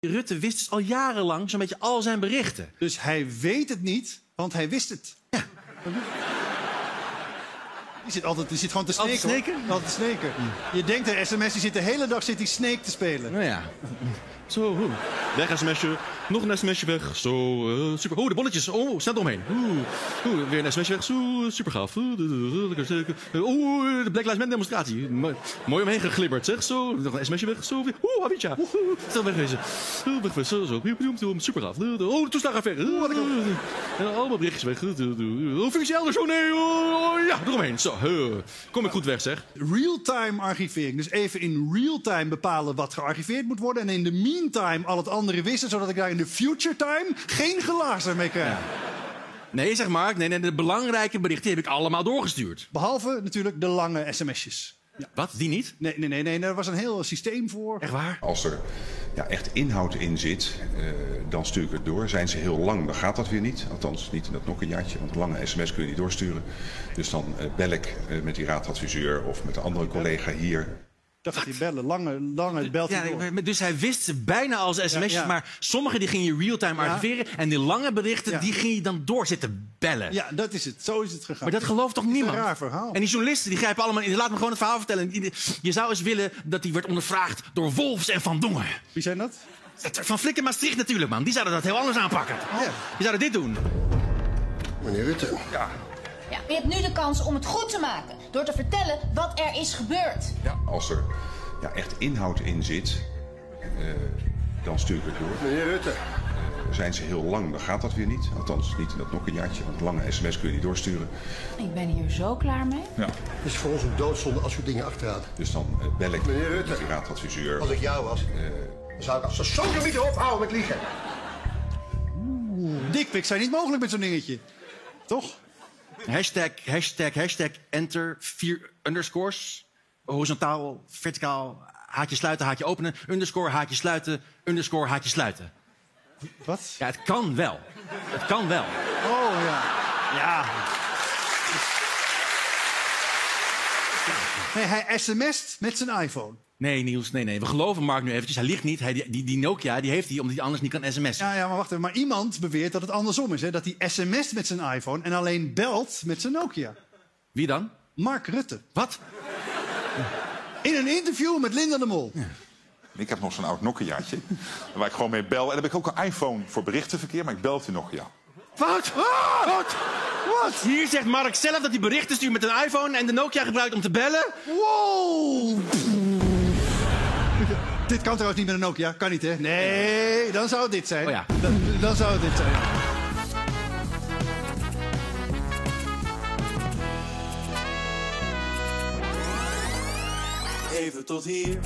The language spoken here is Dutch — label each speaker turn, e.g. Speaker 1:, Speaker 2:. Speaker 1: Rutte wist dus al jarenlang zo'n beetje al zijn berichten.
Speaker 2: Dus hij weet het niet, want hij wist het. Die zit altijd, die zit gewoon te sneken.
Speaker 1: Altijd
Speaker 2: hoor.
Speaker 1: sneken?
Speaker 2: Altijd sneken. Je denkt de sms, die zit de hele dag zit die snake te spelen.
Speaker 1: Nou ja. Zo, hoe. Weg een smsje, nog een smsje weg. Zo, eh, super. Oh, de bolletjes. Oh, snel omheen. Oeh, oeh, weer een smsje weg. Zo, super gaaf. Oeh, lekker, zeker. Oeh, de Black Lives Matter demonstratie. Mo- Mooi omheen geglibberd, zeg. Zo, nog een smsje weg. Zo, weer. Oeh, Avicii. Oeh, oeh, snel wegwezen. Oeh, wegwezen. Zo, zo. Piep, piep, piep. Super gaaf. Oh, de toeslagenaffaire. Oeh, wat ik- En allemaal berichtjes weg. Oeh, functie elders. Oh, nee. Oh, ja, eromheen. Zo, eh, kom ik goed weg, zeg.
Speaker 2: Real-time archivering. Dus even in real-time bepalen wat gearchiveerd moet worden. En in de meantime al het andere wissen, zodat ik daar in de future time geen glazen mee krijg.
Speaker 1: Nee, zeg maar. Nee, nee, de belangrijke berichten heb ik allemaal doorgestuurd.
Speaker 2: Behalve natuurlijk de lange sms'jes.
Speaker 1: Wat? Die niet?
Speaker 2: Nee, nee, nee, nee, daar was een heel systeem voor.
Speaker 1: Echt waar?
Speaker 3: Als er ja, echt inhoud in zit, eh, dan stuur ik het door. Zijn ze heel lang, dan gaat dat weer niet. Althans, niet in dat nokkenjaartje, want lange sms kun je niet doorsturen. Dus dan eh, bel ik eh, met die raadadviseur of met een andere collega hier.
Speaker 2: Ik dacht dat die bellen, lange, lange belt hij
Speaker 1: Ja,
Speaker 2: door.
Speaker 1: maar- dus hij wist ze bijna als sms'jes,
Speaker 2: ja.
Speaker 1: maar sommige die ging je real-time archiveren. En die lange berichten,
Speaker 2: Ja.
Speaker 1: die ging je dan door zitten bellen.
Speaker 2: Ja, dat is het. Zo is het gegaan.
Speaker 1: Maar dat gelooft toch niemand?
Speaker 2: raar verhaal.
Speaker 1: En die journalisten, die grijpen allemaal in. Laat me gewoon het verhaal vertellen. Ieder- Je zou eens willen dat die werd ondervraagd door Wolfs en Van Dongen.
Speaker 2: Wie zijn dat?
Speaker 1: Van Flik en Maastricht natuurlijk, man. Die zouden dat heel anders aanpakken.
Speaker 2: ja.
Speaker 1: Die zouden dit doen.
Speaker 4: Meneer Rutte,
Speaker 5: Ja. U hebt nu de kans om het goed te maken door te vertellen wat er is gebeurd.
Speaker 3: Ja, als er ja, echt inhoud in zit, eh, dan stuur ik het door. Eh,
Speaker 4: meneer Rutte,
Speaker 3: Zijn ze heel lang, dan gaat dat weer niet. Althans, niet in dat nokkenjaartje, want lange sms kun je niet doorsturen.
Speaker 5: Ik ben hier zo klaar mee.
Speaker 4: het is voor ons een doodzonde als u dingen achterhaalt.
Speaker 3: Dus dan eh, bel ik
Speaker 4: Meneer Rutte.
Speaker 3: met die raadadviseur.
Speaker 4: Als ik jou was, dan zou ik als de sodemieter ophouden met liegen.
Speaker 2: Dickpics zijn niet mogelijk met zo'n dingetje. Toch?
Speaker 1: Hashtag, hashtag, hashtag, enter, vier underscores. Horizontaal, verticaal, haakje sluiten, haakje openen. Underscore, haakje sluiten, underscore, haakje sluiten.
Speaker 2: Wat?
Speaker 1: Ja, het kan wel. Het kan wel.
Speaker 2: Oh ja.
Speaker 1: Ja.
Speaker 2: Nee, hij sms't met zijn iPhone.
Speaker 1: Nee, Niels, nee, nee. We geloven Mark nu eventjes. Hij liegt niet. Hij, die, die- die Nokia die heeft hij omdat hij anders niet kan sms'en.
Speaker 2: Ja, ja, maar wacht even. Maar iemand beweert dat het andersom is. Hè? Dat hij sms't met zijn iPhone en alleen belt met zijn Nokia.
Speaker 1: Wie dan?
Speaker 2: Mark Rutte.
Speaker 1: Wat?
Speaker 2: In een interview met Linda de Mol.
Speaker 6: Ik heb nog zo'n oud Nokiaatje. Waar ik gewoon mee bel. En dan heb ik ook een iPhone voor berichtenverkeer, maar ik bel die Nokia.
Speaker 1: Wat? Wat? Wat? Hier zegt Mark zelf dat hij berichten stuurt met een iPhone en de Nokia gebruikt om te bellen.
Speaker 2: Wow! dit kan trouwens niet met een Nokia. Kan niet, hè? Nee, dan zou het dit zijn.
Speaker 1: Oh ja.
Speaker 2: dan, dan zou het dit zijn.
Speaker 7: Even tot hier.